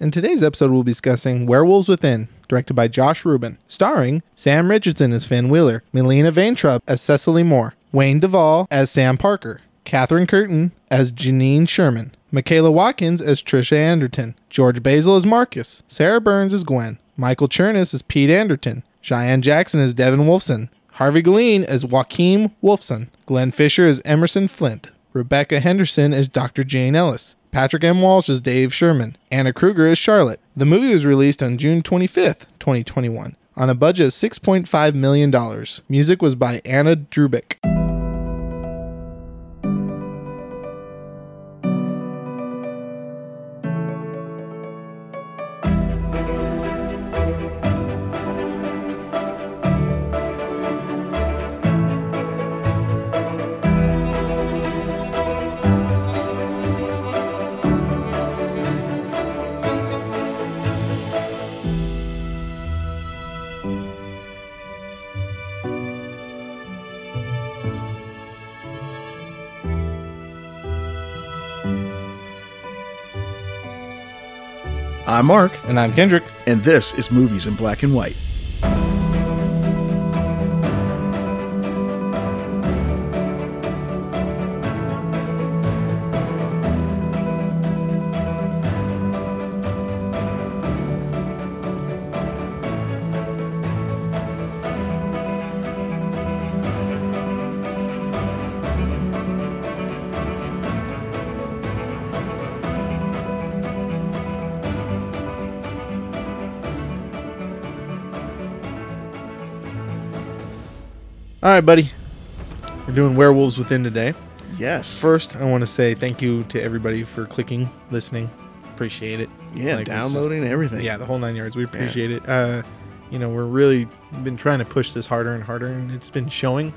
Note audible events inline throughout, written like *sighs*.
In today's episode, we'll be discussing Werewolves Within, directed by Josh Rubin, starring Sam Richardson as Finn Wheeler, Melina Vaintrub as Cecily Moore, Wayne Duvall as Sam Parker, Katherine Curtin as Janine Sherman, Michaela Watkins as Trisha Anderton, George Basil as Marcus, Sarah Burns as Gwen, Michael Chernus as Pete Anderton, Cheyenne Jackson as Devin Wolfson, Harvey Glean as Joaquin Wolfson, Glenn Fisher as Emerson Flint, Rebecca Henderson as Dr. Jane Ellis, Patrick M. Walsh as Dave Sherman, Anna Kruger as Charlotte. The movie was released on June 25th, 2021, on a budget of $6.5 million. Music was by Anna Drubick. I'm Mark, And I'm Kendrick. and this is Movies in Black and White. All right, buddy. We're doing Werewolves Within today. Yes. First, I want to say thank you to everybody for clicking, listening. Appreciate it. yeah, Like, it's just- downloading and everything. yeah, the whole nine yards. We appreciate it. Uh, you know, we're really been trying to push this harder and harder, and it's been showing.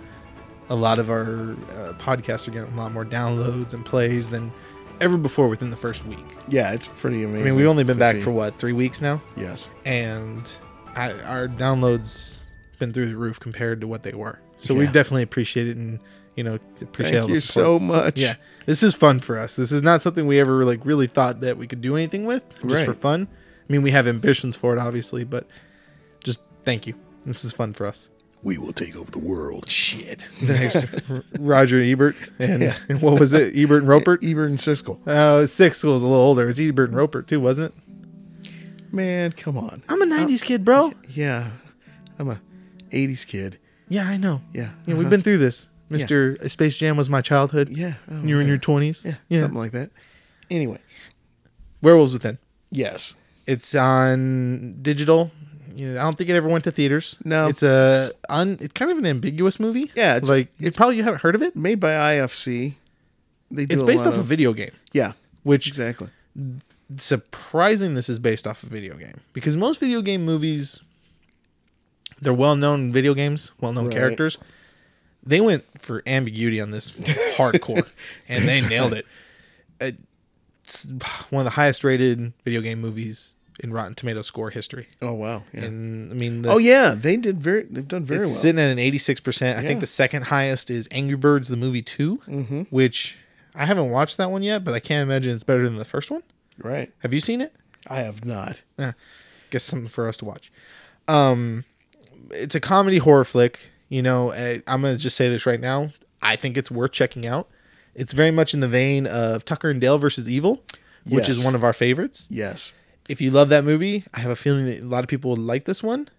A lot of our uh, podcasts are getting a lot more downloads and plays than ever before within the first week. Yeah, it's pretty I amazing. mean, we've only been to back see. for what three weeks now, Yes. and I, our downloads been through the roof compared to what they were. So we Yeah. definitely appreciate it, and you know, appreciate all Thank the you support. so much. Yeah, this is fun for us. This is not something we ever like really thought that we could do anything with, just Right. for fun. I mean, we have ambitions for it, obviously, but just thank you. This is fun for *laughs* us. We will take over the world. Shit. The next, R- Roger Ebert and, and *laughs* what was it? Ebert and Roper. Ebert and Siskel. Oh, six was a little older. It's Ebert and Roper too, wasn't it? Oh. Man, come on. I'm a '90s kid, bro. Yeah. I'm a 80s kid. Yeah, I know. Yeah. Uh-huh. yeah, we've been through this. Mister Space Jam was my childhood. Yeah. Oh, you were in your 20s. Yeah, yeah. Something like that. Anyway, Werewolves Within. yes. It's on digital. You know, I don't think it ever went to theaters. No. it's a un. It's kind of an ambiguous movie. Yeah, it's- like it's probably you haven't heard of it. Made by IFC. They do It's a based lot off a video game, Yeah, which exactly. surprising. This is based off a video game because most video game movies, they're well known video games, well known Right. characters. They went for ambiguity on *laughs* this hardcore, and they nailed it. It's one of the highest rated video game movies in Rotten Tomato score history. Oh, wow. Yeah. And I mean, the, oh, yeah. They did very, they've done very it's well. sitting at an 86%. I think Yeah. Mm-hmm. the second highest is Angry Birds the movie 2, which I haven't watched that one yet, but I can't imagine it's better than the first one. Right. Have you seen it? I have not. Eh, guess something for us to watch. Um it's a comedy horror flick, you know, eh, I'm going to just say this right now. I think it's worth checking out. It's very much in the vein of Tucker and Dale versus Evil, which is Yes. one of our favorites. Yes. If you love that movie, I have a feeling that a lot of people will like this one.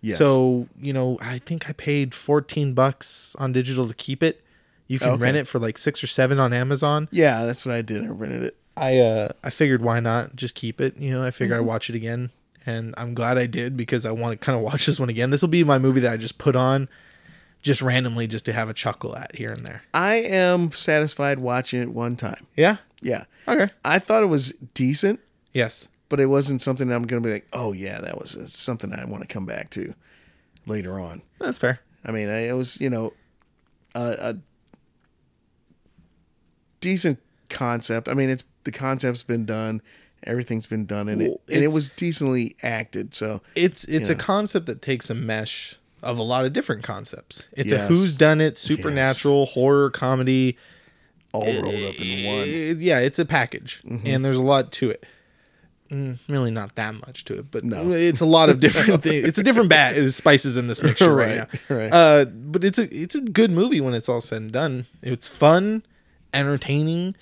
Yes. So you know, I think I paid fourteen bucks on digital to keep it. You can Okay. rent it for like six or seven on Amazon. yeah, that's what I did. I rented it. I uh, I figured why not just keep it. You know, I figured I'd watch it again, and I'm glad I did because I want to kind of watch this one again. This will be my movie that I just put on, just randomly, just to have a chuckle at here and there. I am satisfied watching it one time. Yeah. Yeah. Okay. I thought it was decent, Yes. but it wasn't something that I'm going to be like, oh, yeah, that was it's something I want to come back to later on. That's fair. I mean, I, it was, you know, a, a decent concept. I mean, it's the concept's been done, everything's been done in Well, it, and it it's- was decently acted. So, It's it's a concept that takes a mesh of a lot of different concepts. It's a Yes. who's done it, supernatural, horror, comedy, all rolled up in one. Mm-hmm. It- yeah, it's a package, and there's a lot to it. really not that much to it, but *laughs* No. it's a lot of *laughs* different things. It's a different bat it's spices in this mixture right, Right, now. right. Uh, but it's a it's a good movie when it's all said and done. It's fun, entertaining,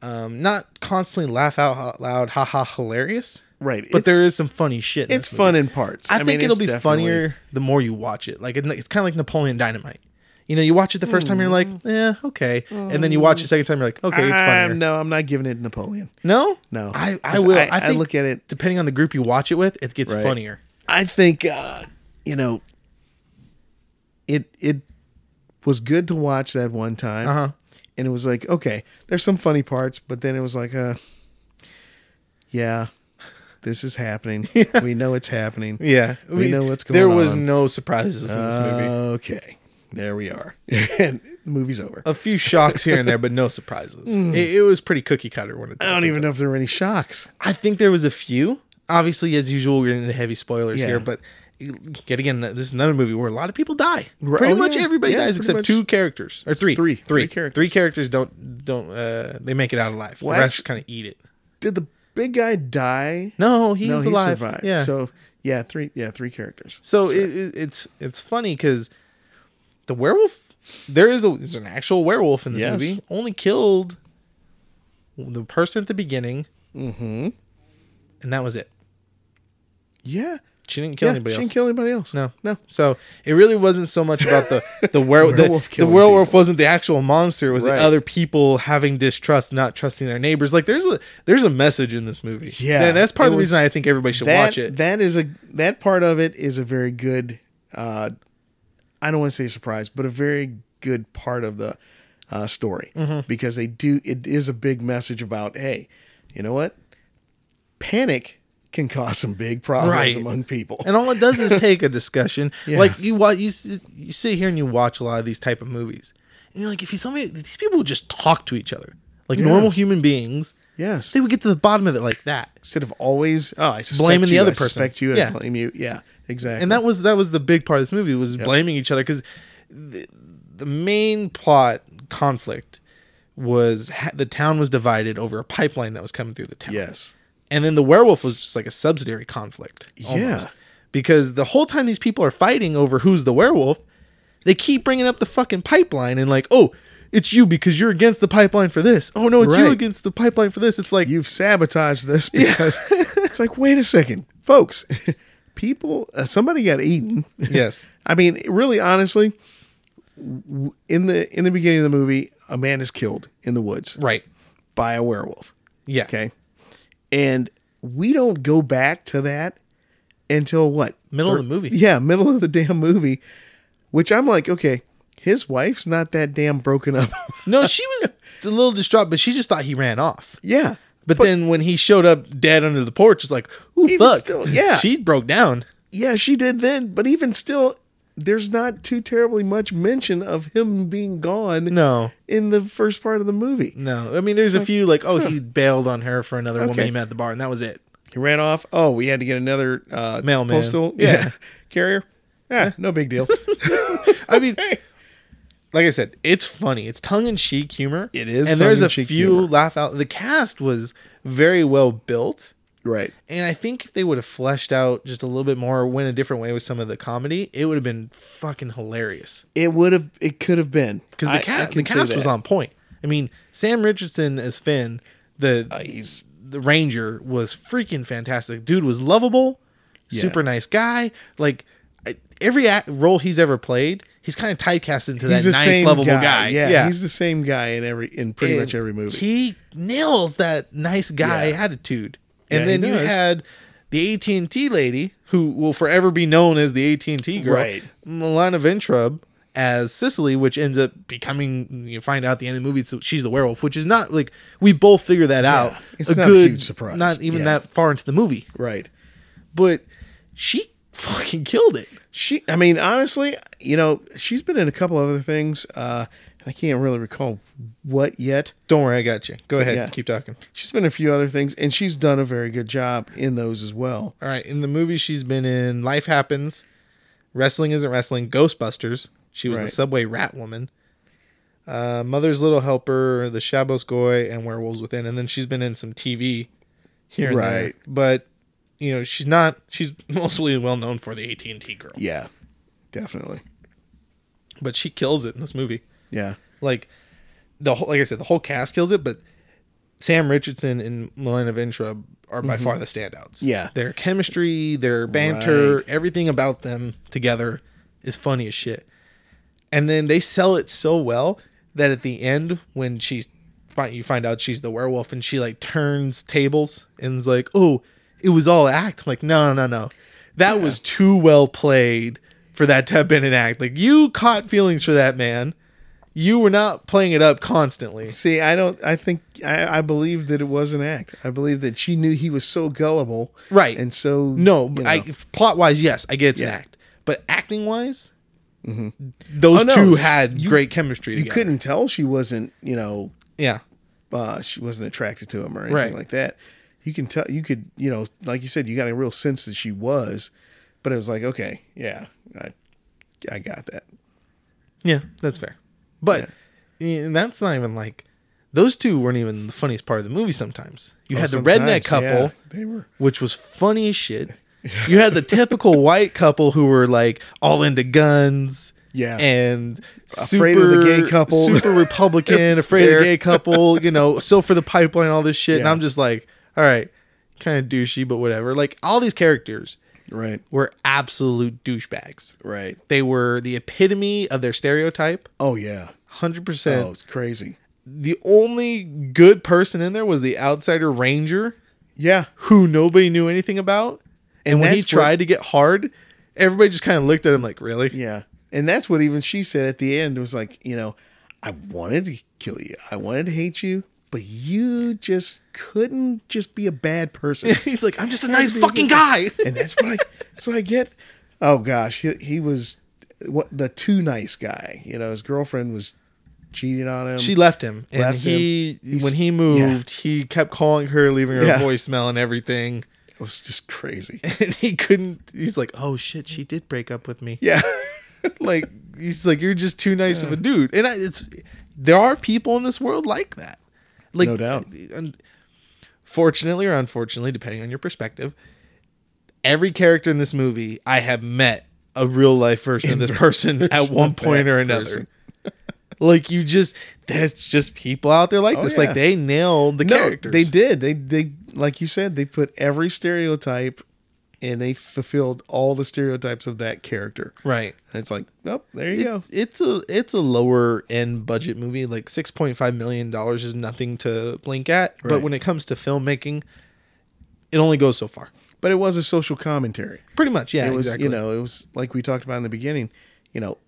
um, not constantly laugh out loud, haha, hilarious. Right. But there it's- is some funny shit. in it's this movie. fun in parts. I, think mean, it'll it's be definitely- funnier the more you watch it. Like it- it's kind of like Napoleon Dynamite. You know, you watch it the first time, you're like, Mm. yeah, okay, and then you watch it the second time, you're like, okay, it's funnier. I'm- no, I'm not giving it Napoleon. No, Um, No. I, I 'Cause will. I, I- I think look at it- depending on the group you watch it with. It gets Right. funnier. I think uh, you know it it was good to watch that one time. Uh-huh. And it was like, okay, there's some funny parts, but then it was like, uh yeah, this is happening. *laughs* We know it's happening. *laughs* Yeah, We know what's going There was on. Uh. no surprises in this movie. Okay. There we are. *laughs* and the movie's over. A few shocks here and there, but no *laughs* surprises. It, it was pretty cookie cutter when it. Mm. I don't even know if there were any shocks. I think there was a few. Obviously, as usual, we're into heavy spoilers Yeah. here, but yet again, this is another movie where a lot of people die. Right. Pretty Oh, much yeah. everybody Yeah, dies pretty except much. two characters or three. Three. Three. Three characters. Three characters don't don't uh, they make it out alive. Well, the rest actu- kind of eat it. Did the big guy die? No, he's alive. Yeah. So yeah, three yeah, three characters. So it, it, it's it's funny because the werewolf there is a there's an actual werewolf in this Yes. movie only killed the person at the beginning, mm-hmm. and that was it. Yeah. She didn't kill Yeah, anybody she else. didn't kill anybody else. no, No. So it really wasn't so much about the the werewolf. *laughs* Werewolf the, the killing werewolf wasn't the actual monster. It was Right. the other people having distrust, not trusting their neighbors. Like there's a there's a message in this movie. Yeah, and that's part of it the was- reason I think everybody should that, watch it. That is a that part of it is a very good. Uh, I don't want to say surprise, but a very good part of the uh, story Mm-hmm. because they do. It is a big message about hey, you know what? Panic can cause some big problems Right. among people. and all it does *laughs* is take a discussion. Yeah. Like you, wa- you, sit- you sit here and you watch a lot of these type of movies, and you're like, if you somebody, these people would just talk to each other like normal human beings. yes, They would get to the bottom of it like that. instead of always oh I suspect Blaming the you, other I person. suspect you, Yeah. I blame you. Yeah, exactly. And that was that was the big part of this movie was blaming each other because the, the main plot conflict was ha- the town was divided over a pipeline that was coming through the town. yes, And then the werewolf was just like a subsidiary conflict. Almost. Yeah. Because the whole time these people are fighting over who's the werewolf, they keep bringing up the fucking pipeline and like, oh, it's you because you're against the pipeline for this. Oh no, it's you Right. against the pipeline for this. It's like you've *laughs* sabotaged this because it's like wait a second, folks. *laughs* People, uh, somebody *laughs* got eaten. yes, I mean, really, honestly, w- in the in the beginning of the movie, a man is killed in the woods right, by a werewolf. yeah, Okay, and we don't go back to that until what middle of the movie. Yeah, *laughs* middle of the damn movie. Which I'm like, okay, his wife's not that damn broken up. *laughs* No, she was a little distraught, but she just thought he ran off. yeah, But, then when he showed up dead under the porch, it's like, ooh, Even fuck, still, yeah. she broke down. yeah, she did then. But even still, there's not too terribly much mention of him being gone. No, in the first part of the movie. no. I mean, there's a few like, oh, he bailed on her for another woman Okay. he met at the bar, and that was it. He ran off. Oh, we had to get another uh, Mailman. postal Yeah. yeah. *laughs* carrier. Yeah, no *laughs* big deal. I *laughs* mean, like I said, it's funny. It's tongue in cheek humor. It is and there's a few tongue-in-cheek humor. laugh out. The cast was very well built, right. and I think if they would have fleshed out just a little bit more, went a different way with some of the comedy, it would have been fucking hilarious. It would have. It could have been Because the, ca- the cast was on point. I mean, Sam Richardson as Finn, the Uh, He's the ranger was freaking fantastic. Dude was lovable, super nice guy. Like I- every act, role he's ever played, he's kind of typecast into that the nice, same lovable guy. guy. Yeah, he's the same guy in every in pretty And much every movie. He nails that nice guy Yeah. attitude. And Yeah, he then you does. had the AT and T lady, who will forever be known as the AT and T girl, Right. Milana Ventrub as Sicily, which ends up becoming you find out at the end of the movie so she's the werewolf, which is not like we both figure that out. it's not a huge surprise. Not even Yeah. that far into the movie, right. but she *laughs* fucking killed it. She. I mean, honestly, you know, she's been in a couple other things. Uh, I can't really recall what yet. Don't worry, I got you. Go ahead, Yeah. keep talking. She's been in a few other things, and she's done a very good job in those as well. All right. In the movie she's been in, Life Happens, Wrestling Isn't Wrestling, Ghostbusters. She was the Right. Subway Rat Woman, uh, Mother's Little Helper, The Shabos Goy, and Werewolves Within. And then she's been in some TV. here and there. Right. But you know, she's not. She's *laughs* mostly well known for the AT and T girl, Yeah, definitely. but she kills it in this movie. Yeah, Like the whole, like I said, the whole cast kills it. But Sam Richardson and Melina Ventrub are by far the standouts. Mm-hmm. Yeah. their chemistry, their banter, everything about them together is funny as shit. And then they sell it so well that at the end, when she's find you find out she's the werewolf and she like turns tables and is like, "Oh, it was all act." I'm like, no, no, no, that was too well played for that to have been an act. Like you caught feelings for that man. You were not playing it up constantly. See, I don't. I think I, I believe that it was an act. I believe that she knew he was so gullible, Right. And so No, you but know. I plot wise, yes, I get it's an Yeah. act, but acting wise, those Oh, no. two had great chemistry. you together. couldn't tell she wasn't, you know, yeah, uh, she wasn't attracted to him or anything Right. like that. You can tell. You could, you know, like you said, you got a real sense that she was, but it was like, okay, yeah, I, I got that. yeah, that's fair, but and that's not even like those two weren't even the funniest part of the movie. Sometimes you had the redneck couple, Oh, Sometimes, yeah, they were which was funny as shit. You had the typical white couple who were like all into guns. Yeah. And Afraid of the gay super- couple. Super *laughs* Republican, It's afraid of there. the gay couple, you know, so for the pipeline, all this shit. And Yeah. I'm just like, all right, kind of douchey, but whatever. Like all these characters right, were absolute douchebags. right. They were the epitome of their stereotype. Oh yeah. 100%. Oh, it's crazy. The only good person in there was the outsider ranger Yeah, who nobody knew anything about. And, And when he that's tried to get hard, everybody just kind of looked at him like, really? Yeah. And that's what even she said at the end was like, you know, I wanted to kill you. I wanted to hate you, but you just couldn't just be a bad person. *laughs* *laughs* He's like, I'm just a nice fucking guy. *laughs* and that's what I that's what I get. Oh gosh, he, he was what the too nice guy. You know, his girlfriend was cheating on *laughs* him. She left him. And Left he, him. He's- when he moved, he kept calling her, leaving her Yeah. a voicemail and everything. *laughs* it was just crazy. *laughs* And he couldn't, he's like, oh shit, she did break up with me. Yeah. Like, he's like, you're just too nice of a dude. And I, it's, there are people in this world like that. Like, No doubt. and fortunately or unfortunately, depending on your perspective, every character in this movie I have met a real life version *laughs* of this person at one point or another. person. *laughs* like you just that's just people out there like this. Like Oh, yeah. they nailed the No, characters. they did. They they like you said, they put every stereotype and they fulfilled all the stereotypes of that character. Right. And it's like, nope, there you go. It's, it's a it's a lower end budget movie. Like six point five million dollars is nothing to blink at. But Right. when it comes to filmmaking, it only goes so far. But it was a social commentary. Pretty much, yeah. it was exactly. you know it was like we talked about in the beginning you know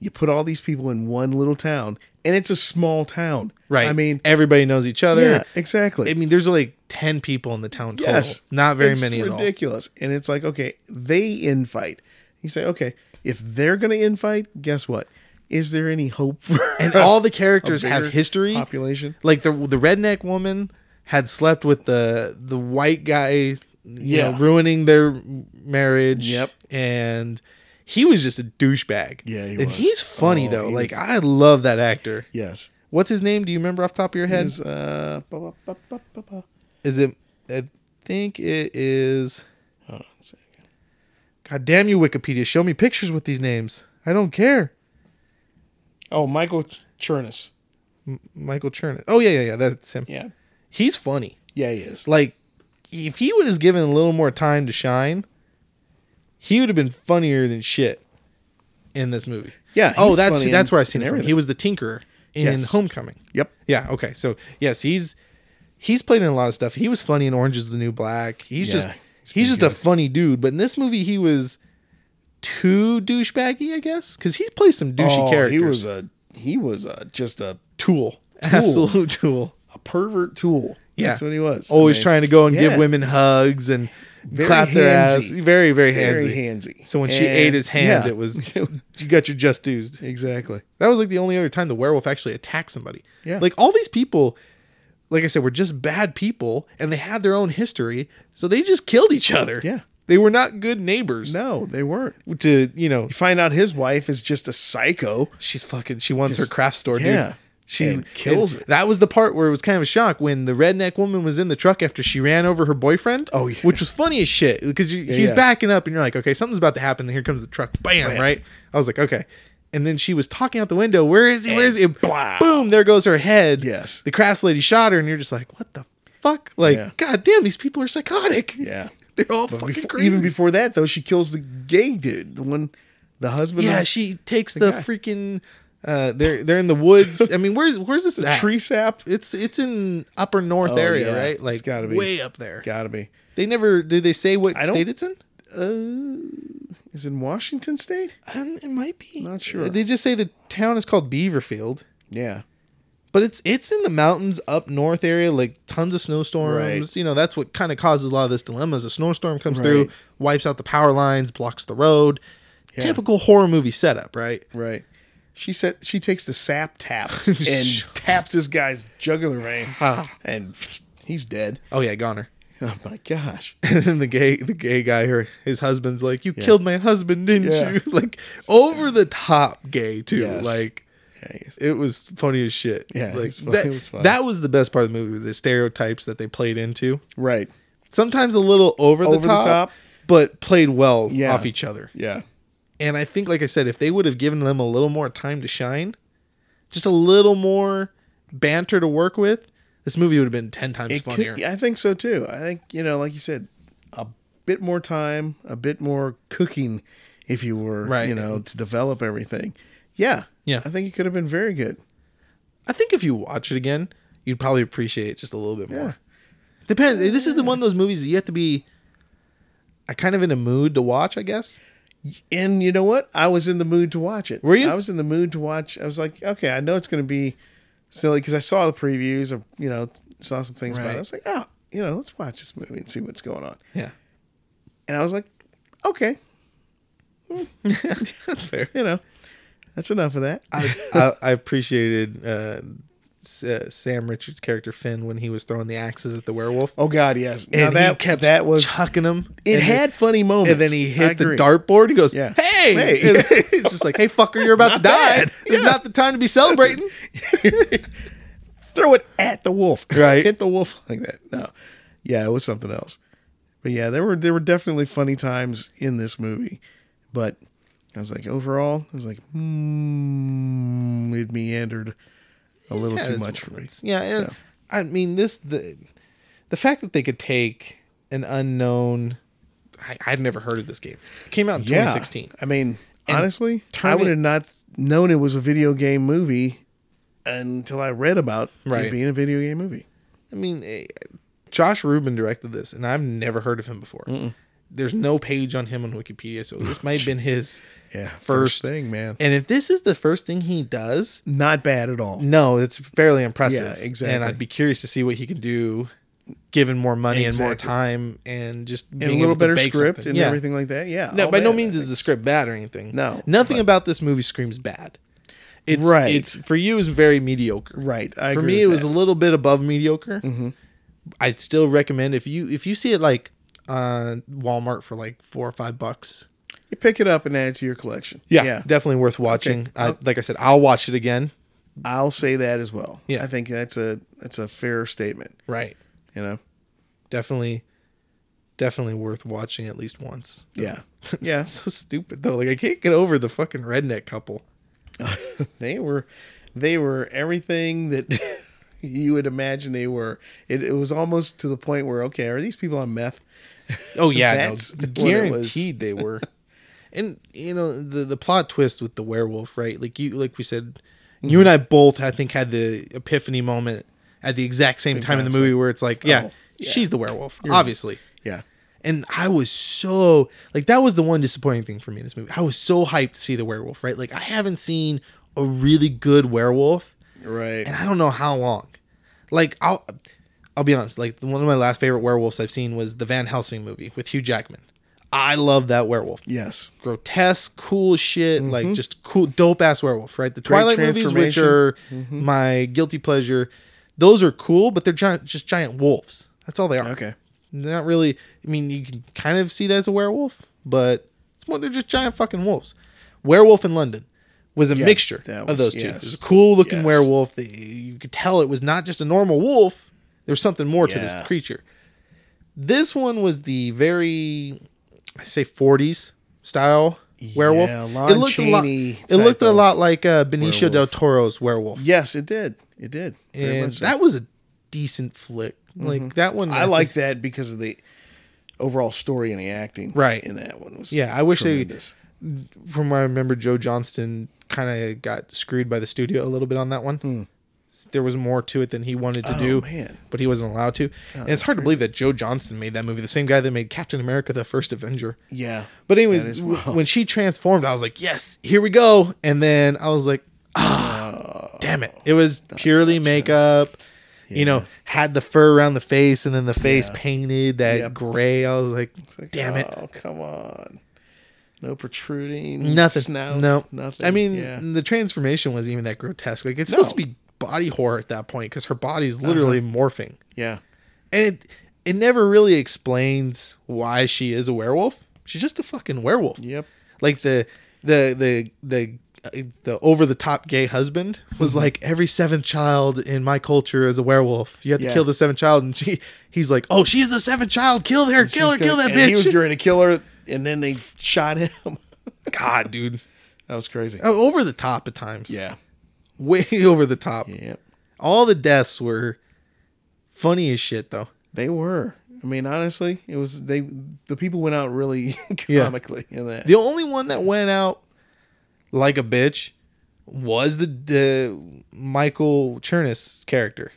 you put all these people in one little town and it's a small town right. i mean everybody knows each other. yeah exactly I mean, there's like ten people in the town total. yes Not very It's many at all. ridiculous and it's like okay they infight you say okay if they're gonna infight guess what is there any hope for and *laughs* a all the characters bigger have history. population Like the the redneck woman had slept with the the white guy, you Yeah. know, ruining their marriage. Yep. and he was just a douchebag. Yeah, he and was. he's funny Oh, though. he Like was- I love that actor. yes What's his name? Do you remember off the top of your head? Is, uh, ba- ba- ba- ba- ba- ba. Is it? I think it is. Hold on a second. God damn you, Wikipedia! Show me pictures with these names. I don't care. oh michael chernus Michael Chern. Oh yeah, yeah, yeah. That's him. yeah He's funny. yeah he is like if he would have given a little more time to shine, he would have been funnier than shit in this movie. Yeah, Oh, he's that's funny that's in- where I seen in him. From. He everything. was the Tinkerer in Yes. Homecoming. yep Yeah. Okay. So yes, he's he's played in a lot of stuff. He was funny in Orange Is the New Black. He's Yeah, just he's he's, pretty just a good. funny dude. But in this movie, he was too douchebaggy, I guess, because he plays some douchey Oh, characters. He was a he was a, just a, tool, *laughs* absolute tool. a pervert tool. Yeah. that's what he was. Always I mean, trying to go and yeah. give women hugs and Very clap their ass. handsy. Very, very handsy. very handsy. So when she ate his hand, it *laughs* was you got your just dues. exactly That was like the only other time the werewolf actually attacked somebody. Yeah. Like all these people, like I said, were just bad people and they had their own history, so they just killed each other. Yeah. They were not good neighbors. no, they weren't. To you know, Find out his wife is just a psycho. she's fucking. She wants her craft store, Yeah. dude. She And- kills and it. That was the part where it was kind of a shock when the redneck woman was in the truck after she ran over her boyfriend. Oh, yeah. which was funny as shit because you, he's yeah. backing up and you're like, okay, something's about to happen. Then here comes the truck, bam, Bam. right? I was like, okay. And then she was talking out the window. Where is he? Where is he? And blah. Boom! There goes her head. Yes. The crass lady shot her, and you're just like, what the fuck? Like, Yeah. god damn, these people are psychotic. Yeah. *laughs* They're all But fucking befo- crazy. Even before that, though, she kills the gay dude, the one, the husband. yeah, of she takes the, guy. freaking. Uh, they're they're in the woods. *laughs* I mean, where's where's this at? tree sap. It's it's in upper north area, yeah. right? It's Like gotta be. way up there. Gotta be. They never do. They say what don't- state it's in? Is it in Washington State? Um, it might be. Not sure. They just say the town is called Beaverfield, Yeah. but it's it's in the mountains up north area. Like tons of snowstorms. Right. You know that's what kind of causes a lot of this dilemma. Is a snowstorm comes through, wipes out the power lines, blocks the road. Typical horror movie setup, right? Right. She said she takes the sap tap *laughs* and taps this guy's jugular vein, and he's dead. Oh yeah, goner. Oh my gosh. And then *laughs* the gay the gay guy or his husband's like, You killed my husband, didn't Yeah. you? *laughs* Like over the top gay too. Yes. Like Yeah, he's- it was funny as shit. Yeah, it like was fun- that, it was fun. that was the best part of the movie, the stereotypes that they played into. right. Sometimes a little over the, Over the top, top. but played well Yeah. off each other. Yeah. And I think, like I said, if they would have given them a little more time to shine, just a little more banter to work with, this movie would have been ten times It funnier. could, yeah, I think so too. I think you know, like you said, a bit more time, a bit more cooking, if you were, Right. you know, to develop everything. Yeah, Yeah. I think it could have been very good. I think if you watch it again, you'd probably appreciate it just a little bit more. Yeah. Depends. This is one of those movies that you have to be uh, kind of in a mood to watch, I guess. And you know what? I was in the mood to watch it. Were you? I was in the mood to watch. I was like, okay, I know it's going to be silly because I saw the previews. Of, you know, saw some things about Right. it. I was like, oh, you know, let's watch this movie and see what's going on. Yeah. And I was like, okay, *laughs* That's fair. you know, that's enough of that. I, I, I appreciated uh, S- uh, Sam Richards' character Finn when he was throwing the axes at the werewolf. oh God, yes. Now And that he kept that was chucking him. It and had funny moments. He, and then he I hit the agree. dartboard. He goes, Yeah. "Hey!" Hey. And *laughs* it's just like, "Hey, fucker, you're about to die. bad. This is Yeah. not the time to be celebrating." Throw it at the wolf. *laughs* Right. hit the wolf like that. No. Yeah, it was something else. But yeah, there were there were definitely funny times in this movie. But I was like overall, I was like, hmm, it meandered a little Yeah, too it's much for me. moments. Yeah, and So. I mean this the the fact that they could take an unknown. I, I'd never heard of this game. It came out in Yeah. 2016. I mean, honestly, turn I would it- have not known it was a video game movie until I read about Right. it being a video game movie. I mean, eh, Josh Rubin directed this, and I've never heard of him before. There's no page on him on Wikipedia, so this might have *laughs* been his Yeah, first. thing, man. And if this is the first thing he does, Not bad at all. no, it's fairly impressive. Yeah, exactly. And I'd be curious to see what he can do, given more money and more Exactly. time, and just and being a able little to better bake script something. and Yeah. everything like that. Yeah. No, all by no bad. means is the script bad or anything. No, nothing but- about this movie screams bad. It's Right. It's for you is very mediocre. Right. I for agree me, with it was that. a little bit above mediocre. I'd still recommend if you if you see it like uh, Walmart for like four or five bucks. you pick it up and add it to your collection. Yeah, definitely worth watching. I, like I said, I'll watch it again. I'll say that as well. Yeah. I think that's a that's a fair statement. Right, You know. definitely, definitely worth watching at least once. Yeah. *laughs* Yeah. So stupid though. Like I can't get over the fucking redneck couple. they were they were everything that *laughs* you would imagine they were. It, it was almost to the point where okay, are these people on meth? Oh yeah, no, That's what it was. guaranteed they were. *laughs* And you know the the plot twist with the werewolf, right? Like you, like we said, you and I both, I think, had the epiphany moment at the exact same, time, in time, the movie where it's like, yeah, oh, yeah. she's the werewolf, obviously. Yeah. And I was so like that was the one disappointing thing for me in this movie. I was so hyped to see the werewolf, right? Like I haven't seen a really good werewolf Right. and I don't know how long. Like I'll I'll be honest, like one of my last favorite werewolves I've seen was the Van Helsing movie with Hugh Jackman. I love that werewolf. yes. Grotesque, cool shit, like just cool dope ass werewolf, right? The Twilight movies which Mm-hmm. transformation. Mm-hmm. are my guilty pleasure, those are cool, but they're giant just giant wolves. That's all they are. Okay. Not really. I mean, you can kind of see that as a werewolf, but it's more they're just giant fucking wolves. Werewolf in London. was a mixture that of was- those two. yes. It was a cool looking Yes. werewolf. The, you could tell it was not just a normal wolf. There was something more to this Yeah. creature. This one was the very, I say, 40s style werewolf. Yeah, Lon it looked a lot. Chaney It type looked a of lot like uh, Benicio del werewolf. Toro's werewolf, Yes, it did. It did. Very and much so. Mm-hmm. that was a decent flick. Like that one, I think- like that because of the overall story and the acting. Right. In that one was Yeah, I wish they- tremendous. from what I remember, Joe Johnston kind of got screwed by the studio a little bit on that one. There was more to it than he wanted to do, Hmm. Oh, man. but he wasn't allowed to. and it's hard to believe that Joe Johnston made that movie, the same guy that made Captain America: The First Avenger. Yeah. But That anyways, is w- wild. when she transformed, I was like, "Yes, here we go!" And then I was like, "Ah, damn it! It was purely makeup." You know, had the fur around the face, and then the face painted that Yep. gray. I was like, Like, "Damn it!" Oh, come on. No protruding. Nothing. Snout, no. Nothing. I mean, yeah. the transformation wasn't even that grotesque. Like it's supposed No. to Uh-huh. be body horror at that point because her body's literally morphing, yeah. and it it never really explains why she is a werewolf. She's just a fucking werewolf. Yep. Like the the the the. uh, The over the top gay husband Mm-hmm. was like every seventh child in my culture is a werewolf. You have to Yeah. kill the seventh child, and she he's like, oh, she's the seventh child. Kill her, kill her, He's kill gonna- that and He was bitch. going to kill her, and then they shot him. *laughs* God, dude, that was crazy. Oh, over the top at times. Yeah. way *laughs* over the top. Yep. All the deaths were funny as shit, though. They were. I mean, honestly, it was they. The people went out really *laughs* Yeah. comically in that. The only one that went out like a bitch was the, the Michael Chernus character.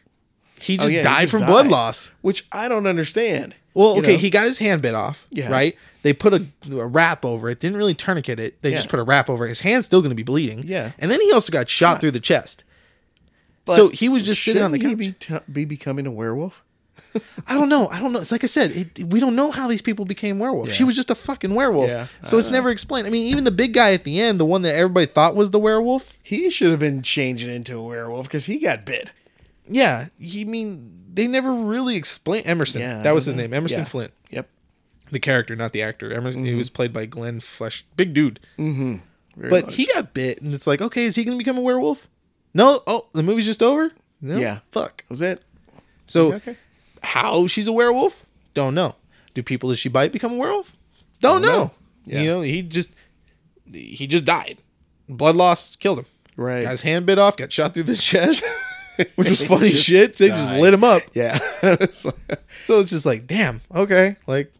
He just Oh, yeah, he died just from blood died. loss. Which I don't understand. Well, you okay, know? he got his hand bit off, Yeah. right? They put a, a wrap over it. Didn't really tourniquet it. They just Yeah. put a wrap over it. His hand's still going to be bleeding. Yeah. And then he also got shot, through the chest. so he was just sitting on the couch. Shouldn't he be, t- be becoming a werewolf? I don't know. I don't know. It's like I said, it, we don't know how these people became werewolves. She was just a fucking werewolf. Yeah, I so it's never explained. I mean, even the big guy at the end, the one that everybody thought was the werewolf. He should have been changing into a werewolf because he got bit. Yeah, he I mean they never really explained Emerson. Yeah, I that was his don't know. name, Emerson Yeah. Mm-hmm. Flint, Yep. the character, not the actor. Emerson. He was played by Glenn Flesh, big dude. Very but much. he got bit, and it's like, okay, is he going to become a werewolf? No. Oh, the movie's just over. No, Yeah. Fuck. was it. So Okay. how she's a werewolf, don't know. Do people that she bite become a werewolf? Don't, know. know. Yeah. You know, he just he just died. Blood loss killed him. Right. Got his hand bit off, got shot through the *laughs* chest. *laughs* Which was He funny just shit. They just died. lit him up. Yeah. *laughs* It's like- So it's just like, damn, okay. Like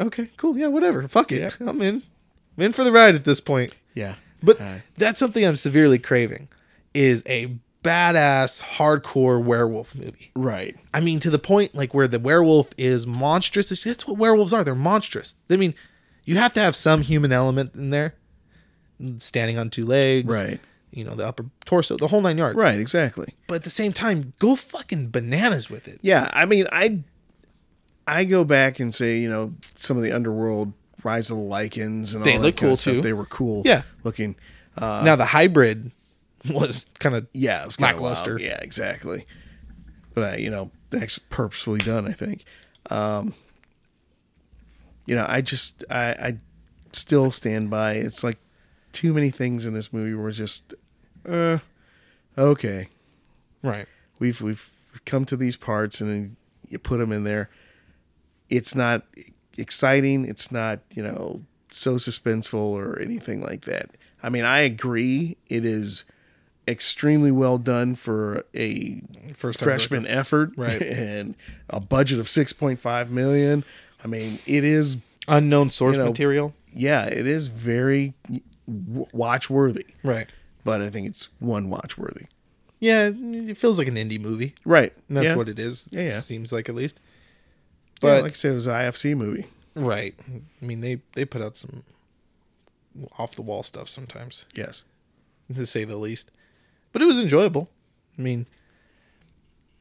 okay, cool, yeah, whatever. Fuck it. I'm in. I'm in for the ride at this point. yeah. But Aye. that's something I'm severely craving is a badass hardcore werewolf movie. right. I mean, to the point like where the werewolf is monstrous. It's- That's what werewolves are. They're monstrous. I mean, you have to have some human element in there, standing on two legs, Right. You know, the upper torso, the whole nine yards. Right. Exactly. But at the same time, go fucking bananas with it. Yeah. I mean, I I go back and say, you know, some of the underworld Rise of the Lycans and They all that look kind of cool, stuff, too. They were cool. Yeah. Looking. Uh, now the hybrid *laughs* was kind of Yeah, it was kinda Lackluster. wild. Yeah, exactly. But I, you know, that's purposefully done. I think. Um, you know, I just I, I still stand by. It's like too many things in this movie were just, uh, okay, right. we've we've come to these parts, and then you put them in there. It's not exciting. It's not you know so suspenseful or anything like that. I mean, I agree. It is extremely well done for a First time freshman effort, Right. *laughs* And a budget of six point five million. I mean, it is Unknown source You know- material. yeah, it is very w- watch worthy. Right. But I think it's one watch worthy. Yeah, it feels like an indie movie. Right. And that's yeah. what it is. Yeah, yeah. Seems like at least. Yeah, But like I said, it was an IFC movie. Right. I mean, they they put out some off the wall stuff sometimes, Yes. to say the least. But it was enjoyable. I mean,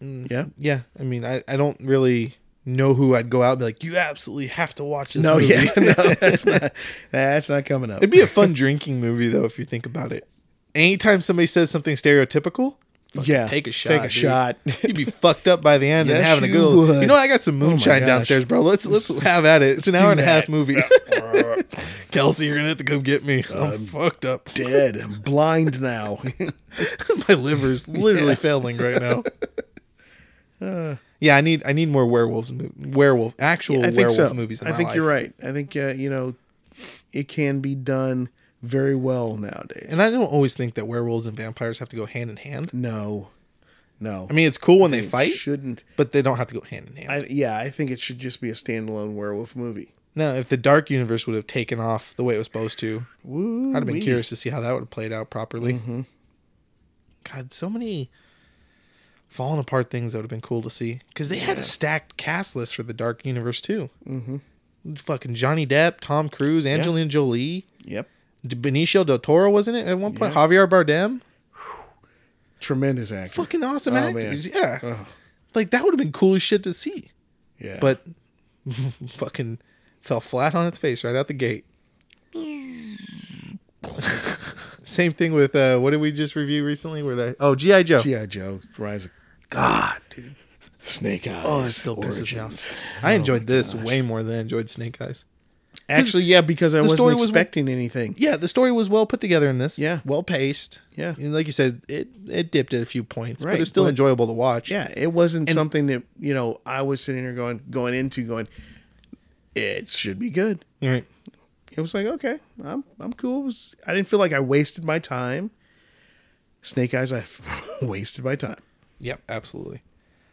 Yeah. yeah. I mean, I, I don't really know who I'd go out and be like, you absolutely have to watch this No, movie. yeah, *laughs* no, *laughs* that's not that's not coming up. It'd be a fun drinking movie though if you think about it. Anytime somebody says something stereotypical, fucking Yeah, take a shot. take a dude. shot. *laughs* You'd *laughs* be fucked up by the end and Yes, having a good you old. You would. Oh know, I got some moonshine gosh. *laughs* downstairs, bro. Let's let's have at it. It's an hour and a half that. movie. Kelsey, you're gonna have to come get me. I'm fucked up. Dead. I'm blind *laughs* now. My liver's literally failing right *laughs* now. Uh, yeah, I need I need more werewolves, mo- werewolf actual I think werewolf so. movies. In I my think life. you're right. I think uh, you know it can be done very well nowadays. And I don't always think that werewolves and vampires have to go hand in hand. no, no. I mean, it's cool when they fight, shouldn't. but they don't have to go hand in hand. I, yeah, I think it should just be a standalone werewolf movie. Now, if the Dark Universe would have taken off the way it was supposed to, Woo! I'd have been curious to see how that would have played out properly. Mm-hmm. God, so many falling apart things that would have been cool to see because they had a stacked cast list for the Dark Universe too. Mm-hmm. Fucking Johnny Depp, Tom Cruise, Angelina Jolie, Yep. D- Benicio del Toro wasn't it at one point? Javier Bardem, Tremendous actor. fucking awesome Oh, man. actors. Yeah, Ugh. like that would have been cool as shit to see, Yeah. but *laughs* fucking fell flat on its face right out the gate. *laughs* Same thing with uh, what did we just review recently? Where they oh GI Joe. GI Joe, Rise of God, dude. Snake Eyes. Oh, it still pisses me Origins. off. I enjoyed this way more than I enjoyed Snake Eyes. Actually, yeah, because I wasn't story was- expecting anything. Yeah, the story was well put together in this. Yeah. well paced. Yeah. and like you said, it it dipped at a few points, but Right, it's still but- enjoyable to watch. Yeah, it wasn't something that you know I was sitting here going going into going. It should be good. All right. It was like okay, I'm I'm cool. It was, I didn't feel like I wasted my time. Snake Eyes, I *laughs* wasted my time. Yep, absolutely.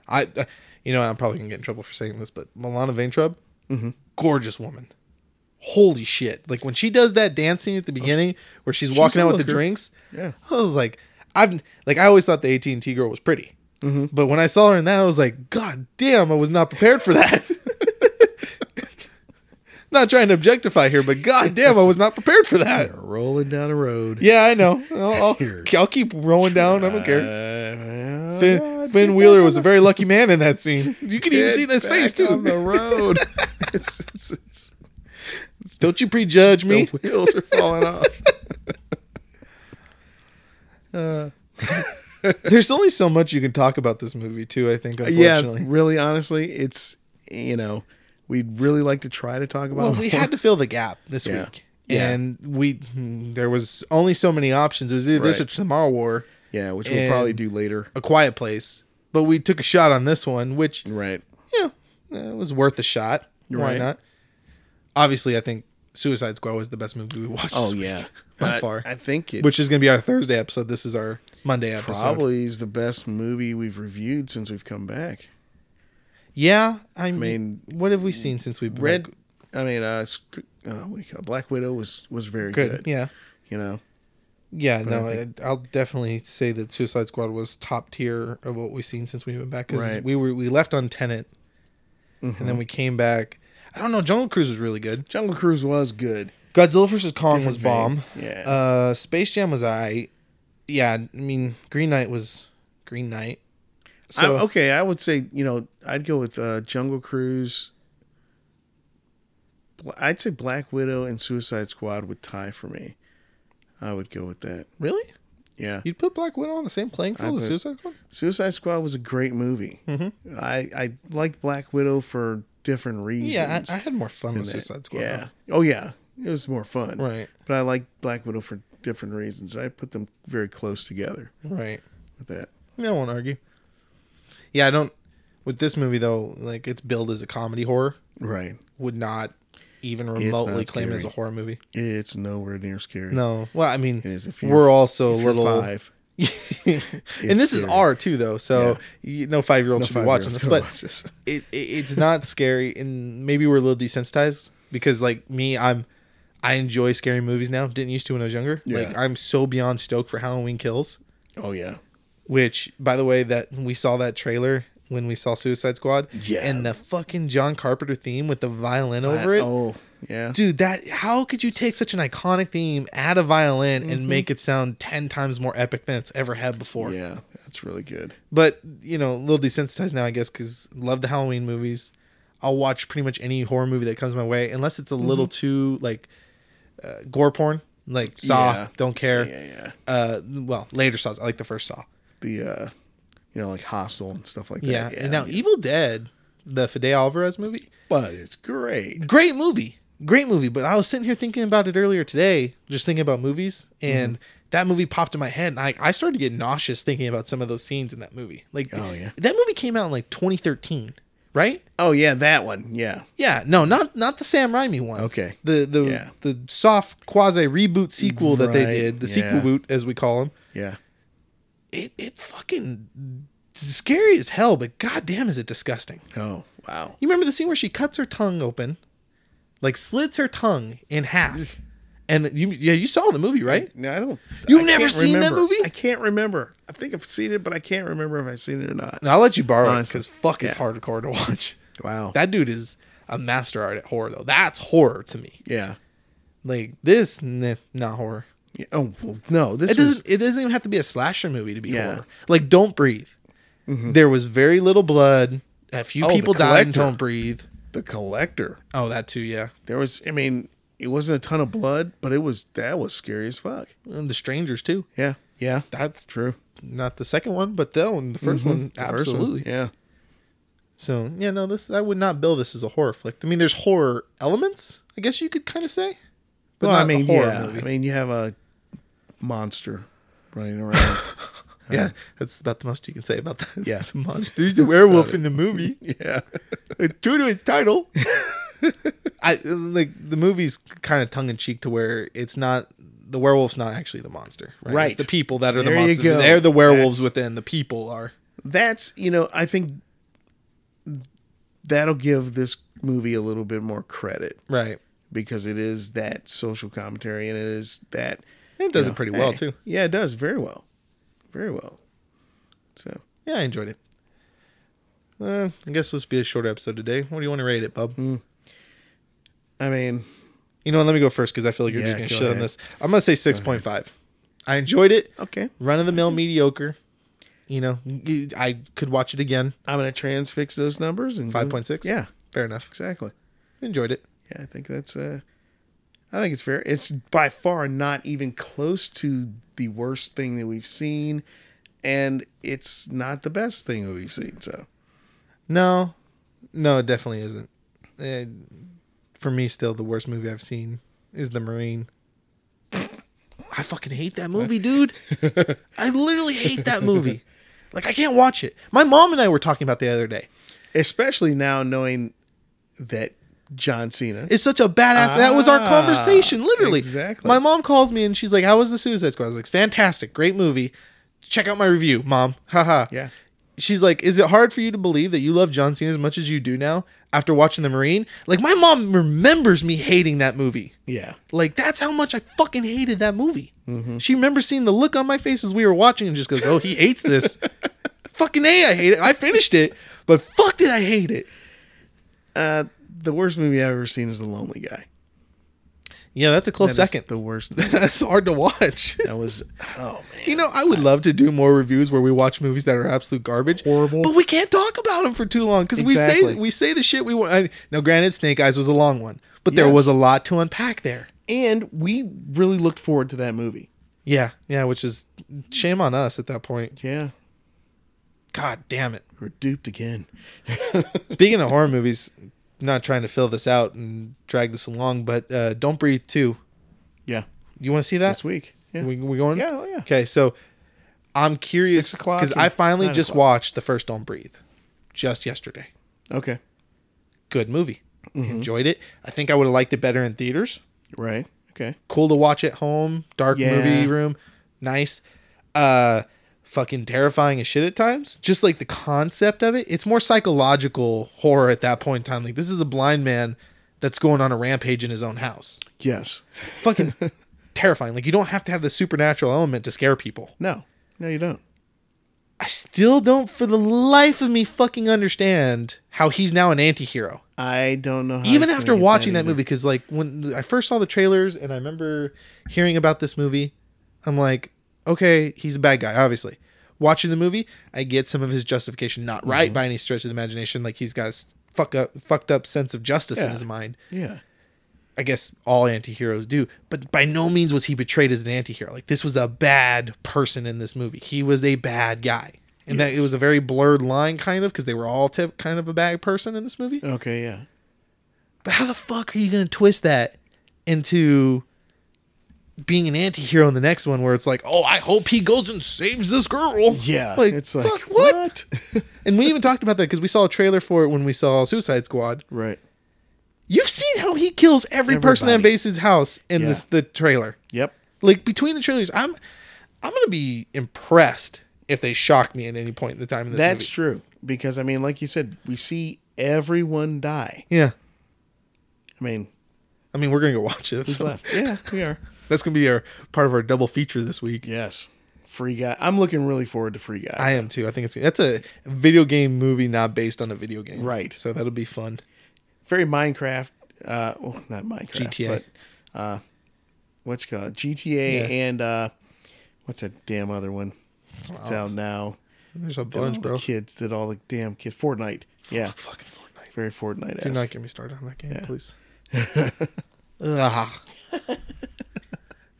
I, uh, you know, I'm probably gonna get in trouble for saying this, but Milana Vaintrub, Mm-hmm. gorgeous woman. Holy shit! Like when she does that dancing at the beginning, where she's walking Oh, a out with the looker. drinks. Yeah. I was like, I've like I always thought the AT and T girl was pretty, Mm-hmm. but when I saw her in that, I was like, God damn! I was not prepared for that. *laughs* not trying to objectify here, but God damn, I was not prepared for that. Rolling down a road. Yeah, I know. I'll, I'll, I'll keep rolling down. I don't care. Uh, Finn, Finn Wheeler was a very lucky man in that *laughs* scene. You can even see it in his face On too. the *laughs* road. it's, it's, it's, *laughs* Don't you prejudge me? the wheels are falling off. There's only so much you can talk about this movie too. I think *laughs* yeah, unfortunately. really, honestly, it's you know we'd really like to try to talk about. Well, we more. had to fill the gap this Yeah. week, Yeah. and we hmm, there was only so many options. It was either this or Right. Tomorrow War, yeah, which we'll and- probably do later. A Quiet Place. But we took a shot on this one, which Right. you know it was worth a shot. Why Right. not? Obviously, I think Suicide Squad was the best movie we watched. Oh this week, yeah, by But far. I think it which is going to be our Thursday episode. This is our Monday episode. probably is the best movie we've reviewed since we've come back. Yeah, I mean, mean, what have we seen since we've been Red. back? I mean, uh, sc- uh, what do you call it? Black Widow was was very Good. good. Yeah, You know. yeah. no, I I'll definitely say that Suicide Squad was top tier of what we've seen since we've been back. Because Right. Mm-hmm. we were we left on Tenant, and then we came back. I don't know. Jungle Cruise was really good. Jungle Cruise was good. Godzilla vs Kong was bomb. vein. Yeah. Uh, Space Jam was I. Yeah, I mean Green Knight was Green Knight. So I, okay, I would say you know I'd go with uh, Jungle Cruise. Bla- I'd say Black Widow and Suicide Squad would tie for me. I would go with that. really, Yeah, you'd put Black Widow on the same playing field as put- Suicide Squad? Suicide Squad was a great movie. Mm-hmm. I I like Black Widow for different reasons. Yeah, I, I had more fun with than- Suicide Squad. Yeah. Oh yeah, it was more fun. Right. But I like Black Widow for different reasons. I put them very close together though. Right. with that. I won't argue. Yeah, I don't. With this movie though, like it's billed as a comedy horror, Right. would not even remotely claim it as a scary. horror movie. It's nowhere near scary. No, well, I mean, is if you're- we're also a If you're little, *laughs* five. and this is scary. R too though, so you, no five year old should be watching Five-year-olds this, gonna but watch this. it, it it's not scary, and maybe we're a little desensitized because like me, I'm. I enjoy scary movies now. Didn't used to when I was younger. Yeah. Like I'm so beyond stoked for Halloween Kills. *laughs* Oh yeah. Which, by the way, that we saw that trailer when we saw Suicide Squad. Yeah. And the fucking John Carpenter theme with the violin over it. Oh yeah. Dude, that how could you take such an iconic theme, add a violin, and make it sound ten times more epic than it's ever had before? Mm-hmm. Yeah, that's really good. But you know, a little desensitized now, I guess, because love the Halloween movies. I'll watch pretty much any horror movie that comes my way, unless it's a Mm-hmm. little too like uh, gore porn, like Saw. Yeah. Don't care. Yeah, yeah. Uh, well, later Saws. I like the first Saw. The uh you know, like hostile and stuff like Yeah. that. And now Evil Dead, the Fede Alvarez movie, but it's great. great movie. Great movie, but I was sitting here thinking about it earlier today, just thinking about movies, Mm-hmm. and that movie popped in my head. And I, I started to get nauseous thinking about some of those scenes in that movie. Like, Oh, yeah. that movie came out in like 2013, right? Oh yeah, that one. Yeah. Yeah, no, not not the Sam Raimi one. Okay. The the Yeah. the soft quasi reboot sequel that they Right, did, the yeah. sequel boot as we call them. Yeah. It it fucking scary as hell, but goddamn is it disgusting. Oh wow. You remember the scene where she cuts her tongue open, like slits her tongue in half, and you yeah you saw the movie right? No, I don't. You've I never can't seen that remember. movie? I can't remember. I think I've seen it, but I can't remember if I've seen it or not. And I'll let you borrow it Honestly, because fuck it's hardcore to watch. Wow. That dude is a master art at horror though. That's horror to me. yeah. Like this, nah, not horror. yeah. Oh well, no, this It is doesn't. It doesn't even have to be a slasher movie to be Yeah. Mm-hmm. horror. Like Don't Breathe. There was very little blood. A few Oh, The people died. in Collector. Don't Breathe. the collector. Oh, that too. Yeah, There was. I mean, it wasn't a ton of blood, but it was. That was scary as fuck. and The Strangers too. Yeah. Yeah. That's True. Mm-hmm. not the second one, but that one, the 1st one, The first one, absolutely. Yeah. So yeah, no, this I would not bill this as a horror flick. I mean, there's horror elements. I guess you could kind of say. But well, I not a mean, horror yeah. movie. I mean, you have a monster running around. *laughs* yeah, that's about the most you can say about that. uh-huh. Yeah. *laughs* monsters, the werewolf in the movie. *laughs* yeah. true to its title. I like the movie's kind of tongue in cheek to where it's not the werewolf's not actually the monster, right? It's Right. the people that are the There you monster. go. They're the werewolves That's- within. The people are. That's you know, I think that'll give this movie a little bit more credit Right. because it is that social commentary and it is that It does you it know, pretty well hey. too. Yeah, it does very well, very well. So Yeah, I enjoyed it. Uh, I guess this will be a shorter episode today. What do you want to rate it, bub? I mean, You know, what, let me go first because I feel like you're just Yeah, gonna go shit on ahead. this. I'm gonna say six point five. I enjoyed it. okay, Run of the mill, mediocre. You know, I could watch it again. I'm gonna transfix those numbers and Five point six. Yeah, fair enough. exactly. Enjoyed it. Yeah, I think that's uh, I think it's fair. It's by far not even close to the worst thing that we've seen, and it's not the best thing that we've seen. So No, no, it definitely isn't. Eh, for me, still the worst movie I've seen is The Marine. I fucking hate that movie, *laughs* dude. I literally hate that movie. Like I can't watch it. My mom and I were talking about the other day. especially now knowing that John Cena. It's such a badass. that was our Ah, conversation, literally. exactly. My mom calls me and she's like, "How was the Suicide Squad?" I was like, "Fantastic, great movie. Check out my review, mom." *laughs* Haha. Yeah. She's like, "Is it hard for you to believe that you love John Cena as much as you do now after watching The Marine?" Like my mom remembers me hating that movie. yeah, Like that's how much I fucking hated that movie. She remembers seeing the look on my face as we were watching and just goes, "Oh, he hates *laughs* this." fucking a, I hate it. I finished it, but fuck did I hate it. uh, the worst movie I've ever seen is The Lonely Guy. Yeah, that's a That close is second. the worst. *laughs* that's hard to *laughs* watch. That was oh man. You know, I would love to do more reviews where we watch movies that are absolute garbage, Horrible. but we can't talk about them for too long because we Exactly. say we say the shit we want. I, now, granted, Snake Eyes was a long one, but there Yes. was a lot to unpack there. And we really looked forward to that movie. Yeah, yeah, which is shame on us at that point. Yeah, God damn it! we're duped again. Speaking of horror movies, not trying to fill this out and drag this along, but uh, Don't Breathe Two. Yeah, You want to see that this week. Yeah, We, we going? Yeah, oh, yeah. Okay, so I'm curious Six o'clock because and I finally nine just o'clock. watched the first Don't Breathe, just yesterday. okay, good movie. Enjoyed it. I think I would have liked it better in theaters. right, okay. Cool to watch at home, dark Yeah. movie room, nice. Uh fucking terrifying as shit at times. Just like the concept of it. It's more psychological horror at that point in time. Like this is a blind man that's going on a rampage in his own house. Yes. Fucking terrifying. Like you don't have to have the supernatural element to scare people. No. No, you don't. I still don't for the life of me fucking understand how he's now an anti-hero. I don't know. How even he's after gonna get watching that, either. movie because like when th- i first saw the trailers and i remember hearing about this movie i'm like okay he's a bad guy obviously watching the movie i get some of his justification not Mm-hmm. right by any stretch of the imagination like he's got his fuck up, fucked up sense of justice in Yeah. his mind Yeah. i guess all anti-heroes do but by no means was he betrayed as an anti-hero like this was a bad person in this movie he was a bad guy and that it was a very blurred line kind of because they were all t- kind of a bad person in this movie Okay. Yeah. But how the fuck are you going to twist that into being an anti-hero in the next one where it's like, "Oh, I hope he goes and saves this girl." Yeah, Like, it's like fuck, what? and we even talked about that cuz we saw a trailer for it when we saw Suicide Squad. right. You've seen how he kills every person that Everybody. bases house in Yeah. this the trailer. Yep. Like between the trailers, I'm I'm going to be impressed if they shock me at any point in the time in this That's movie. true because I mean, like you said, we see everyone die. Yeah. I mean, I mean, we're going to go watch it. *laughs* who's left? Yeah, we are. That's going to be our part of our double feature this week. Yes, Free Guy. I'm looking really forward to Free Guy. I am too. I think it's that's a video game movie not based on a video game. Right. So that'll be fun. Very Minecraft. Uh, well, not Minecraft. GTA. But, uh, what's it called GTA Yeah. and uh, what's that damn other one? It's out now. There's a All bunch, the Oh. bro. kids that all the damn kids. Fortnite. Yeah, Fucking Fortnite. very Fortnite. Do esque. not get me started on that game, *laughs* please. Ugh.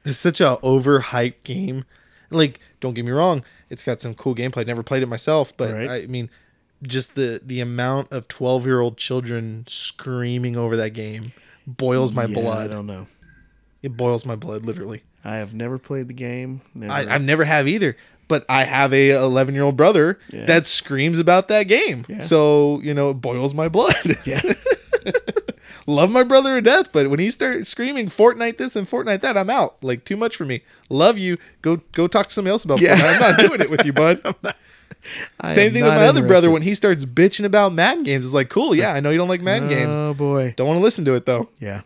it's such a overhyped game. Like, don't get me wrong, it's got some cool gameplay. Never played it myself, but Right. I mean, just the the amount of twelve year old children screaming over that game boils my Yeah, I blood. don't know. It boils my blood, literally. I have never played the game. Never. I, I never have either. But I have a 11 year old brother Yeah. that screams about that game. Yeah. So you know, it boils my blood. *laughs* *laughs* yeah. Love my brother to death, but when he starts screaming Fortnite this and Fortnite that, I'm out. Like too much for me. Love you. Go go talk to somebody else about Yeah. Fortnite. I'm not doing it with you, bud. *laughs* I Same am thing with not my other brother interested. when he starts bitching about Madden games. It's like, cool, yeah, I know you don't like Madden games. Oh boy. Don't want to listen to it though. Yeah.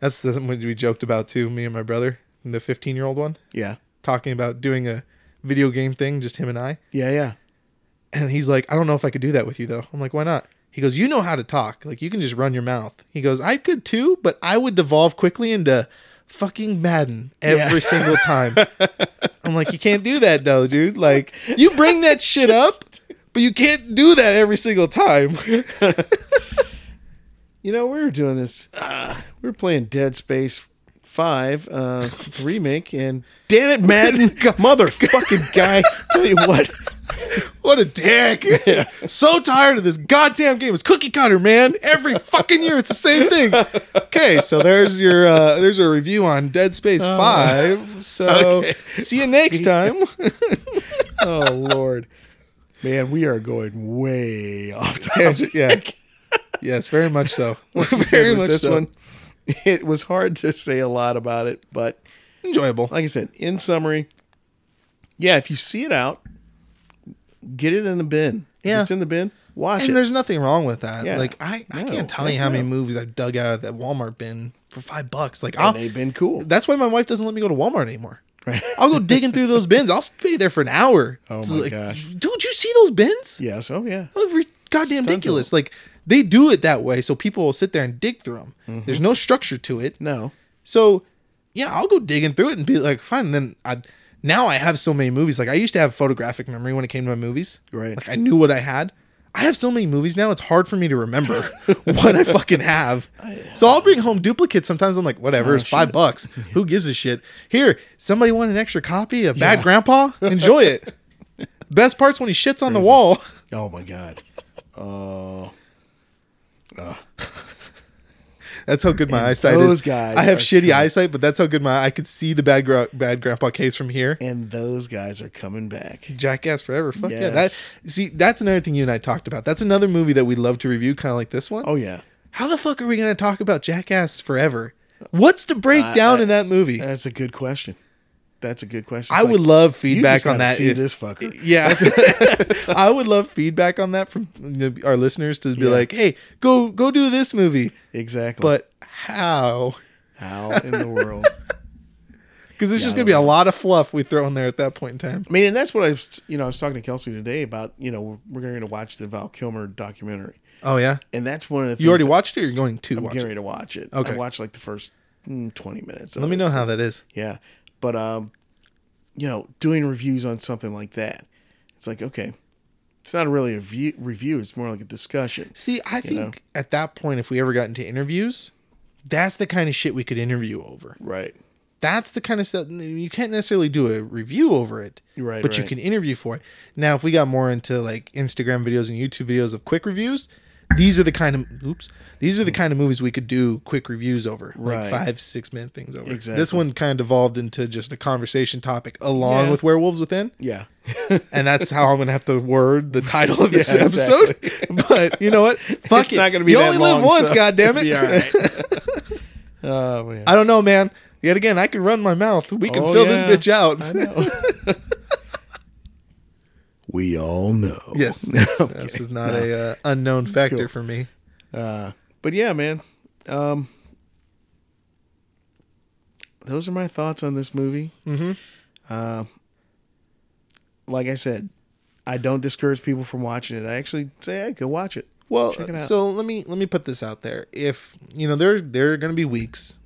That's something we joked about too, me and my brother, the 15 year old one, Yeah. talking about doing a video game thing, just him and I. Yeah. Yeah. And he's like, I don't know if I could do that with you though. I'm like, why not? He goes, You know how to talk. Like you can just run your mouth. He goes, I could too, but I would devolve quickly into fucking Madden every single time. I'm like, you can't do that though, dude. Like you bring that shit up, but you can't do that every single time. You know, we were doing this. Uh, we were playing Dead Space Five uh, remake, and *laughs* damn it, Madden, *laughs* motherfucking guy! Tell you *laughs* what, what a *laughs* dick. So tired of this goddamn game. It's cookie cutter, man. Every fucking year it's the same thing. Okay, so there's your uh there's a review on Dead Space 5. So see you next time. *laughs* oh lord, man, we are going way off topic. Tangent, *laughs* yeah. Yes, very much so. Very very much this so. one. It was hard to say a lot about it, but Enjoyable. like I said, in summary, yeah, if you see it out, get it in the bin. If Yeah. it's in the bin. Watch and it. there's nothing wrong with that. Yeah. Like I, I No, can't tell you heck how many no. movies I've dug out of that Walmart bin for five bucks. Like And I'll, they've been cool. that's why my wife doesn't let me go to Walmart anymore. Right. I'll go digging through those bins. I'll be there for an hour. *laughs* Oh It's my gosh. dude! You see those bins? Yes. Oh yeah. Those are goddamn ridiculous. Like they do it that way, so people will sit there and dig through them. Mm-hmm. There's no structure to it. No. So, yeah, I'll go digging through it and be like, fine. And then I now I have so many movies. Like I used to have photographic memory when it came to my movies. Right. Like I knew what I had. I have so many movies now. It's hard for me to remember *laughs* what I fucking *laughs* have. So I'll bring home duplicates. Sometimes I'm like, whatever. Oh, it's five *laughs* bucks. Who gives a shit? Here, somebody want an extra copy of Bad Grandpa? Enjoy *laughs* it. Best parts when he shits on the wall. *laughs* Oh my god. That's how good my eyesight is. those guys I have are shitty eyesight, but that's how good my I could see the bad gra- bad grandpa case from here. And those guys are coming back. Jackass Forever. Fuck yeah. Yes. That see, that's another thing you and I talked about. That's another movie that we love to review, kind of like this one. Oh yeah. How the fuck are we gonna talk about Jackass Forever? What's to break down in that movie? That's a good question. That's a good question. I It's would like, love you feedback just on gotta that. See if- this fucker. *laughs* yeah, *laughs* I would love feedback on that from the, our listeners to be like, "Hey, go go do this movie," Exactly. but *laughs* how? how in the world? Because it's just Yeah, I gonna don't be a lot of fluff we throw in there at that point in time. I mean, and that's what I was. You know, I was talking to Kelsey today about. You know, we're, we're going to watch the Val Kilmer documentary, Oh yeah, and that's one of the. you already that watched it. or You're going to I'm watch getting it. ready to watch it. Okay. I watched like the first mm, twenty minutes. of Let me it. know how that is. Yeah, but um, you know, doing reviews on something like that, it's like okay, it's not really a view, review. It's more like a discussion. See, I think at that point, if we ever got into interviews, that's the kind of shit we could interview over. Right. That's the kind of stuff you can't necessarily do a review over it, Right, But you right. can interview for it. Now, if we got more into like Instagram videos and YouTube videos of quick reviews, these are the kind of oops these are the kind of movies we could do quick reviews over like Right. five six minute things over this Exactly. one kind of evolved into just a conversation topic along Yeah. with werewolves within Yeah. and that's how i'm gonna have to word the title of this Yeah, episode exactly. *laughs* but you know what *laughs* fuck it's it. not going to be you that only long, live once so *laughs* god *laughs* damn it'll it be all right. *laughs* oh man. i don't know man yet again i can run my mouth we can Oh, fill yeah. this bitch out *laughs* *laughs* We all know. yes *laughs* *laughs* this, this is not a uh, unknown factor cool. for me Uh, but yeah, man. Um, those are my thoughts on this movie. Mm-hmm. Uh, like I said, I don't discourage people from watching it. I actually say I go watch it. Well, Check it out. so let me let me put this out there. If you know there there are going to be weeks,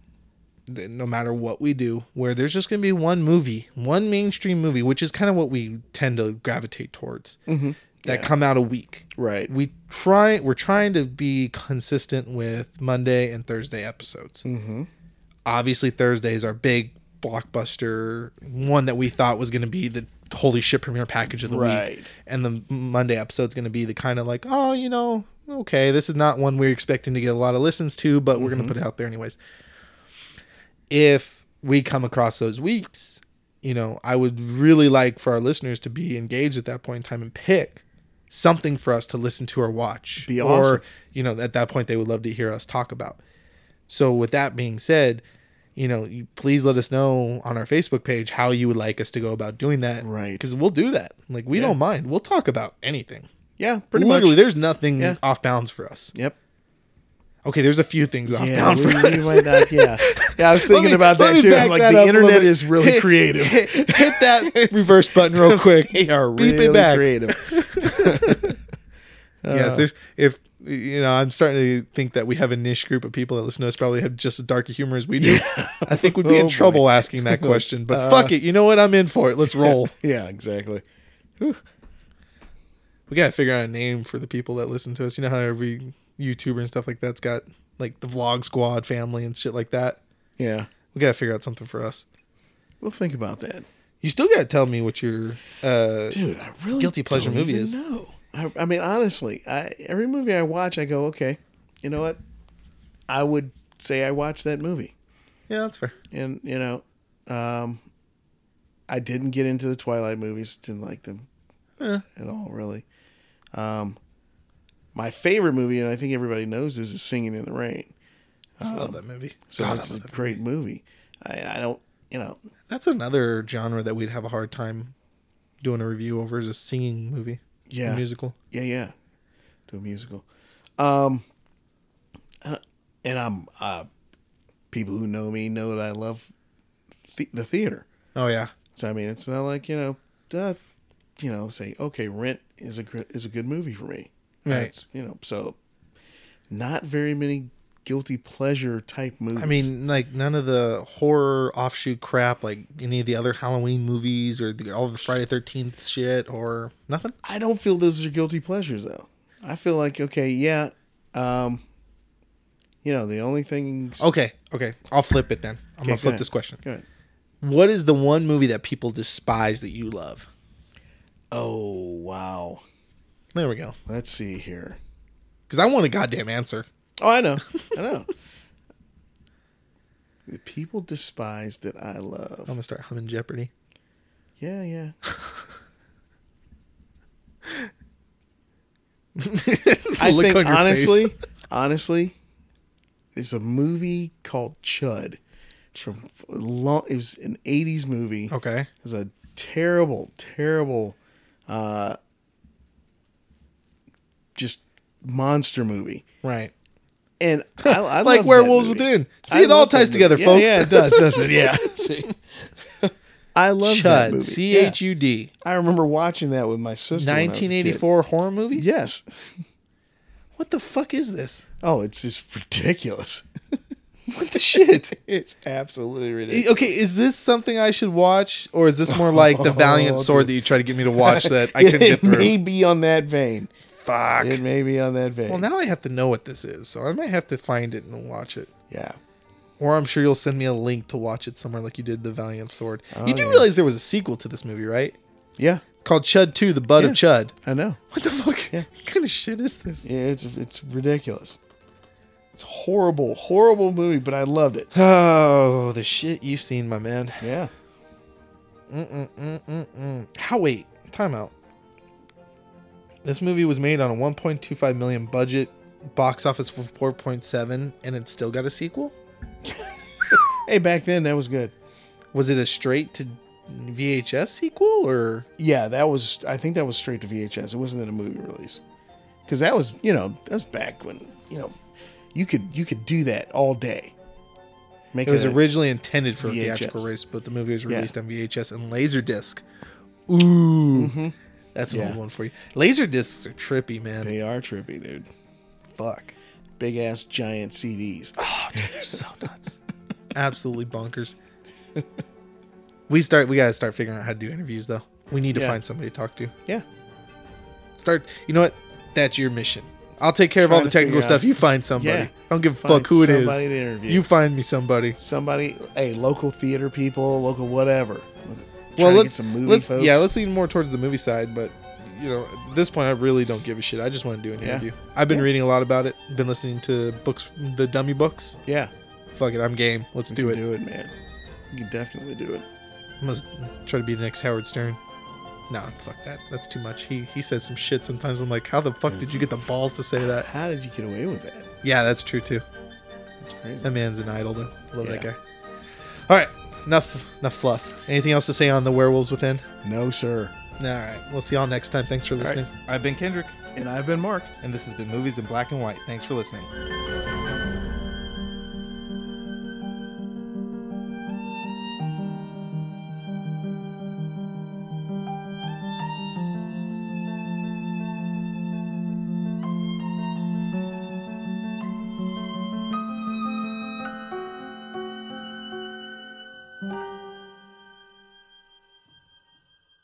that no matter what we do, where there's just going to be one movie, one mainstream movie, which is kind of what we tend to gravitate towards, Mm-hmm. that come out a week. Right. We try we're trying to be consistent with Monday and Thursday episodes. Mm-hmm. Obviously, Thursdays are big blockbuster one that we thought was going to be the holy shit premiere package of the Right. week and the Monday episode's going to be the kind of like, oh, you know, okay, this is not one we're expecting to get a lot of listens to, but we're going to put it out there anyways. If we come across those weeks, you know, I would really like for our listeners to be engaged at that point in time and pick something for us to listen to or watch. Be or, awesome. you know, at that point, they would love to hear us talk about. So, with that being said, you know, you, please let us know on our Facebook page how you would like us to go about doing that. Right. Because we'll do that. Like, we don't mind. We'll talk about anything. Yeah, pretty Literally, much. there's nothing Yeah. off bounds for us. Yep. Okay, there's a few things off Yeah, bounds we, for us. we might not. Yeah. Yeah, I *laughs* was Let thinking me- about let that me too. back I'm like that the up a little internet bit. *laughs* is really creative. hit, hit *laughs* that reverse button real *laughs* quick. they are Beep it really back. *laughs* Uh, creative. yeah, if there's if you know, I'm starting to think that we have a niche group of people that listen to us probably have just as dark a humor as we do. *laughs* I think we'd be Oh, in boy. trouble asking that question. But fuck it, you know what? I'm in for it. Let's roll. Yeah, exactly. we gotta figure out a name for the people that listen to us. You know how every YouTuber and stuff like that's got like the vlog squad family and shit like that. Yeah. We gotta figure out something for us. We'll think about that. You still gotta tell me what your uh dude, I really guilty pleasure don't movie even is. No, I, I mean honestly, I every movie I watch, I go, okay, you know what? I would say I watched that movie, Yeah, that's fair. and you know, um, I didn't get into the Twilight movies; didn't like them Eh. at all, really. Um, my favorite movie, and I think everybody knows, this, is "Singing in the Rain." I love that movie. So Oh. God, I it's love a that- great movie. I, I don't, you know, That's another genre that we'd have a hard time doing a review over is a singing movie. Yeah. A musical. Yeah, yeah. Do a musical. Um uh, and I'm uh people who know me know that I love the, the theater. Oh yeah. So I mean, it's not like, you know, uh, you know, say okay, Rent is a gr- is a good movie for me. Right. That's, you know, so not very many guilty pleasure type movies. I mean, like none of the horror offshoot crap, like any of the other Halloween movies or the, all the Friday Thirteenth shit, or nothing. I don't feel those are guilty pleasures though. I feel like okay, yeah, um you know, the only things Okay, okay, I'll flip it then. I'm Okay, gonna go flip ahead. this question. Go ahead. What is the one movie that people despise that you love? Oh, wow. There we go. Let's see here. Because I want a goddamn answer. Oh, I know. I know. *laughs* The people despise that I love. I'm gonna start humming Jeopardy. Yeah, *laughs* yeah. *laughs* I Look think on your honestly, face. *laughs* honestly, there's a movie called Chud. It's from long, it was an '80s movie. Okay. It was a terrible, terrible, uh, just monster movie. Right. And I, I *laughs* Like love that Werewolves movie. Within. See, I it all love that ties movie. together, Yeah, folks. Yeah, it does, *laughs* doesn't it? *laughs* Yeah. *laughs* I love that Chud. movie. C H U D. Yeah. I remember watching that with my sister. when I was a kid. 1984 horror movie. Yes. What the fuck is *laughs* this? Oh, it's just ridiculous. *laughs* What the shit? It's absolutely ridiculous. Okay, is this something I should watch, or is this more like the Valiant *laughs* Oh, Sword that you tried to get me *laughs* to watch *laughs* that I couldn't it get through? may be on that vein. Fuck. It may be on that vein. Well, now I have to know what this is, so I might have to find it and watch it. yeah. Or I'm sure you'll send me a link to watch it somewhere, like you did the Valiant Sword. you do Oh, yeah. realize there was a sequel to this movie, right? Yeah. Called Chud Two: The Bud of Chud. I know. What the fuck? *laughs* what kind of shit is this? Yeah, it's it's ridiculous. It's horrible, horrible movie, but I loved it. Oh, the shit you've seen, my man. Yeah. How wait, time out. This movie was made on a 1.25 million budget, box office for 4.7, and it still got a sequel. Hey, back then that was good. Was it a straight to VHS sequel or? Yeah, that was. I think that was straight to VHS. It wasn't in a movie release, because that was you know that was back when you know you could you could do that all day. Make It was a- originally intended for a VHS. theatrical release, but the movie was released on VHS and Laserdisc. Ooh, that's an Yeah. old one for you. Laserdiscs are trippy, man. They are trippy, dude. Fuck. Big ass *sighs* giant CDs. They're so nuts. *laughs* Absolutely bonkers. We start. We gotta start figuring out how to do interviews, though. We need to Yeah. find somebody to talk to. Yeah. Start. You know what? That's your mission. I'll take care of all Trying the to figure technical stuff. out- You find somebody. Yeah. I don't give a Find fuck who it is. somebody to interview. You find me somebody. Somebody, hey, local theater people, local whatever. well, Trying to let's get some movie let's folks. yeah, let's lean more towards the movie side. But you know, at this point, I really don't give a shit. I just want to do an Yeah. interview. I've been reading a lot about it. Been listening to books, the dummy books. yeah, Fuck it, I'm game. Let's do you it. can do it, man. You can definitely do it. I must try to be the next Howard Stern. Nah, fuck that. That's too much. He he says some shit sometimes. I'm like, how the fuck did you get the balls to say that? How did you get away with that? Yeah, that's true too. That's crazy. That man's an idol. Man. Love that Yeah. guy. All right, enough enough fluff. Anything else to say on the werewolves within? No, sir. All right, we'll see y'all next time. Thanks for right. listening. I've been Kendrick, And I've been Mark. and this has been Movies in Black and White. Thanks for listening.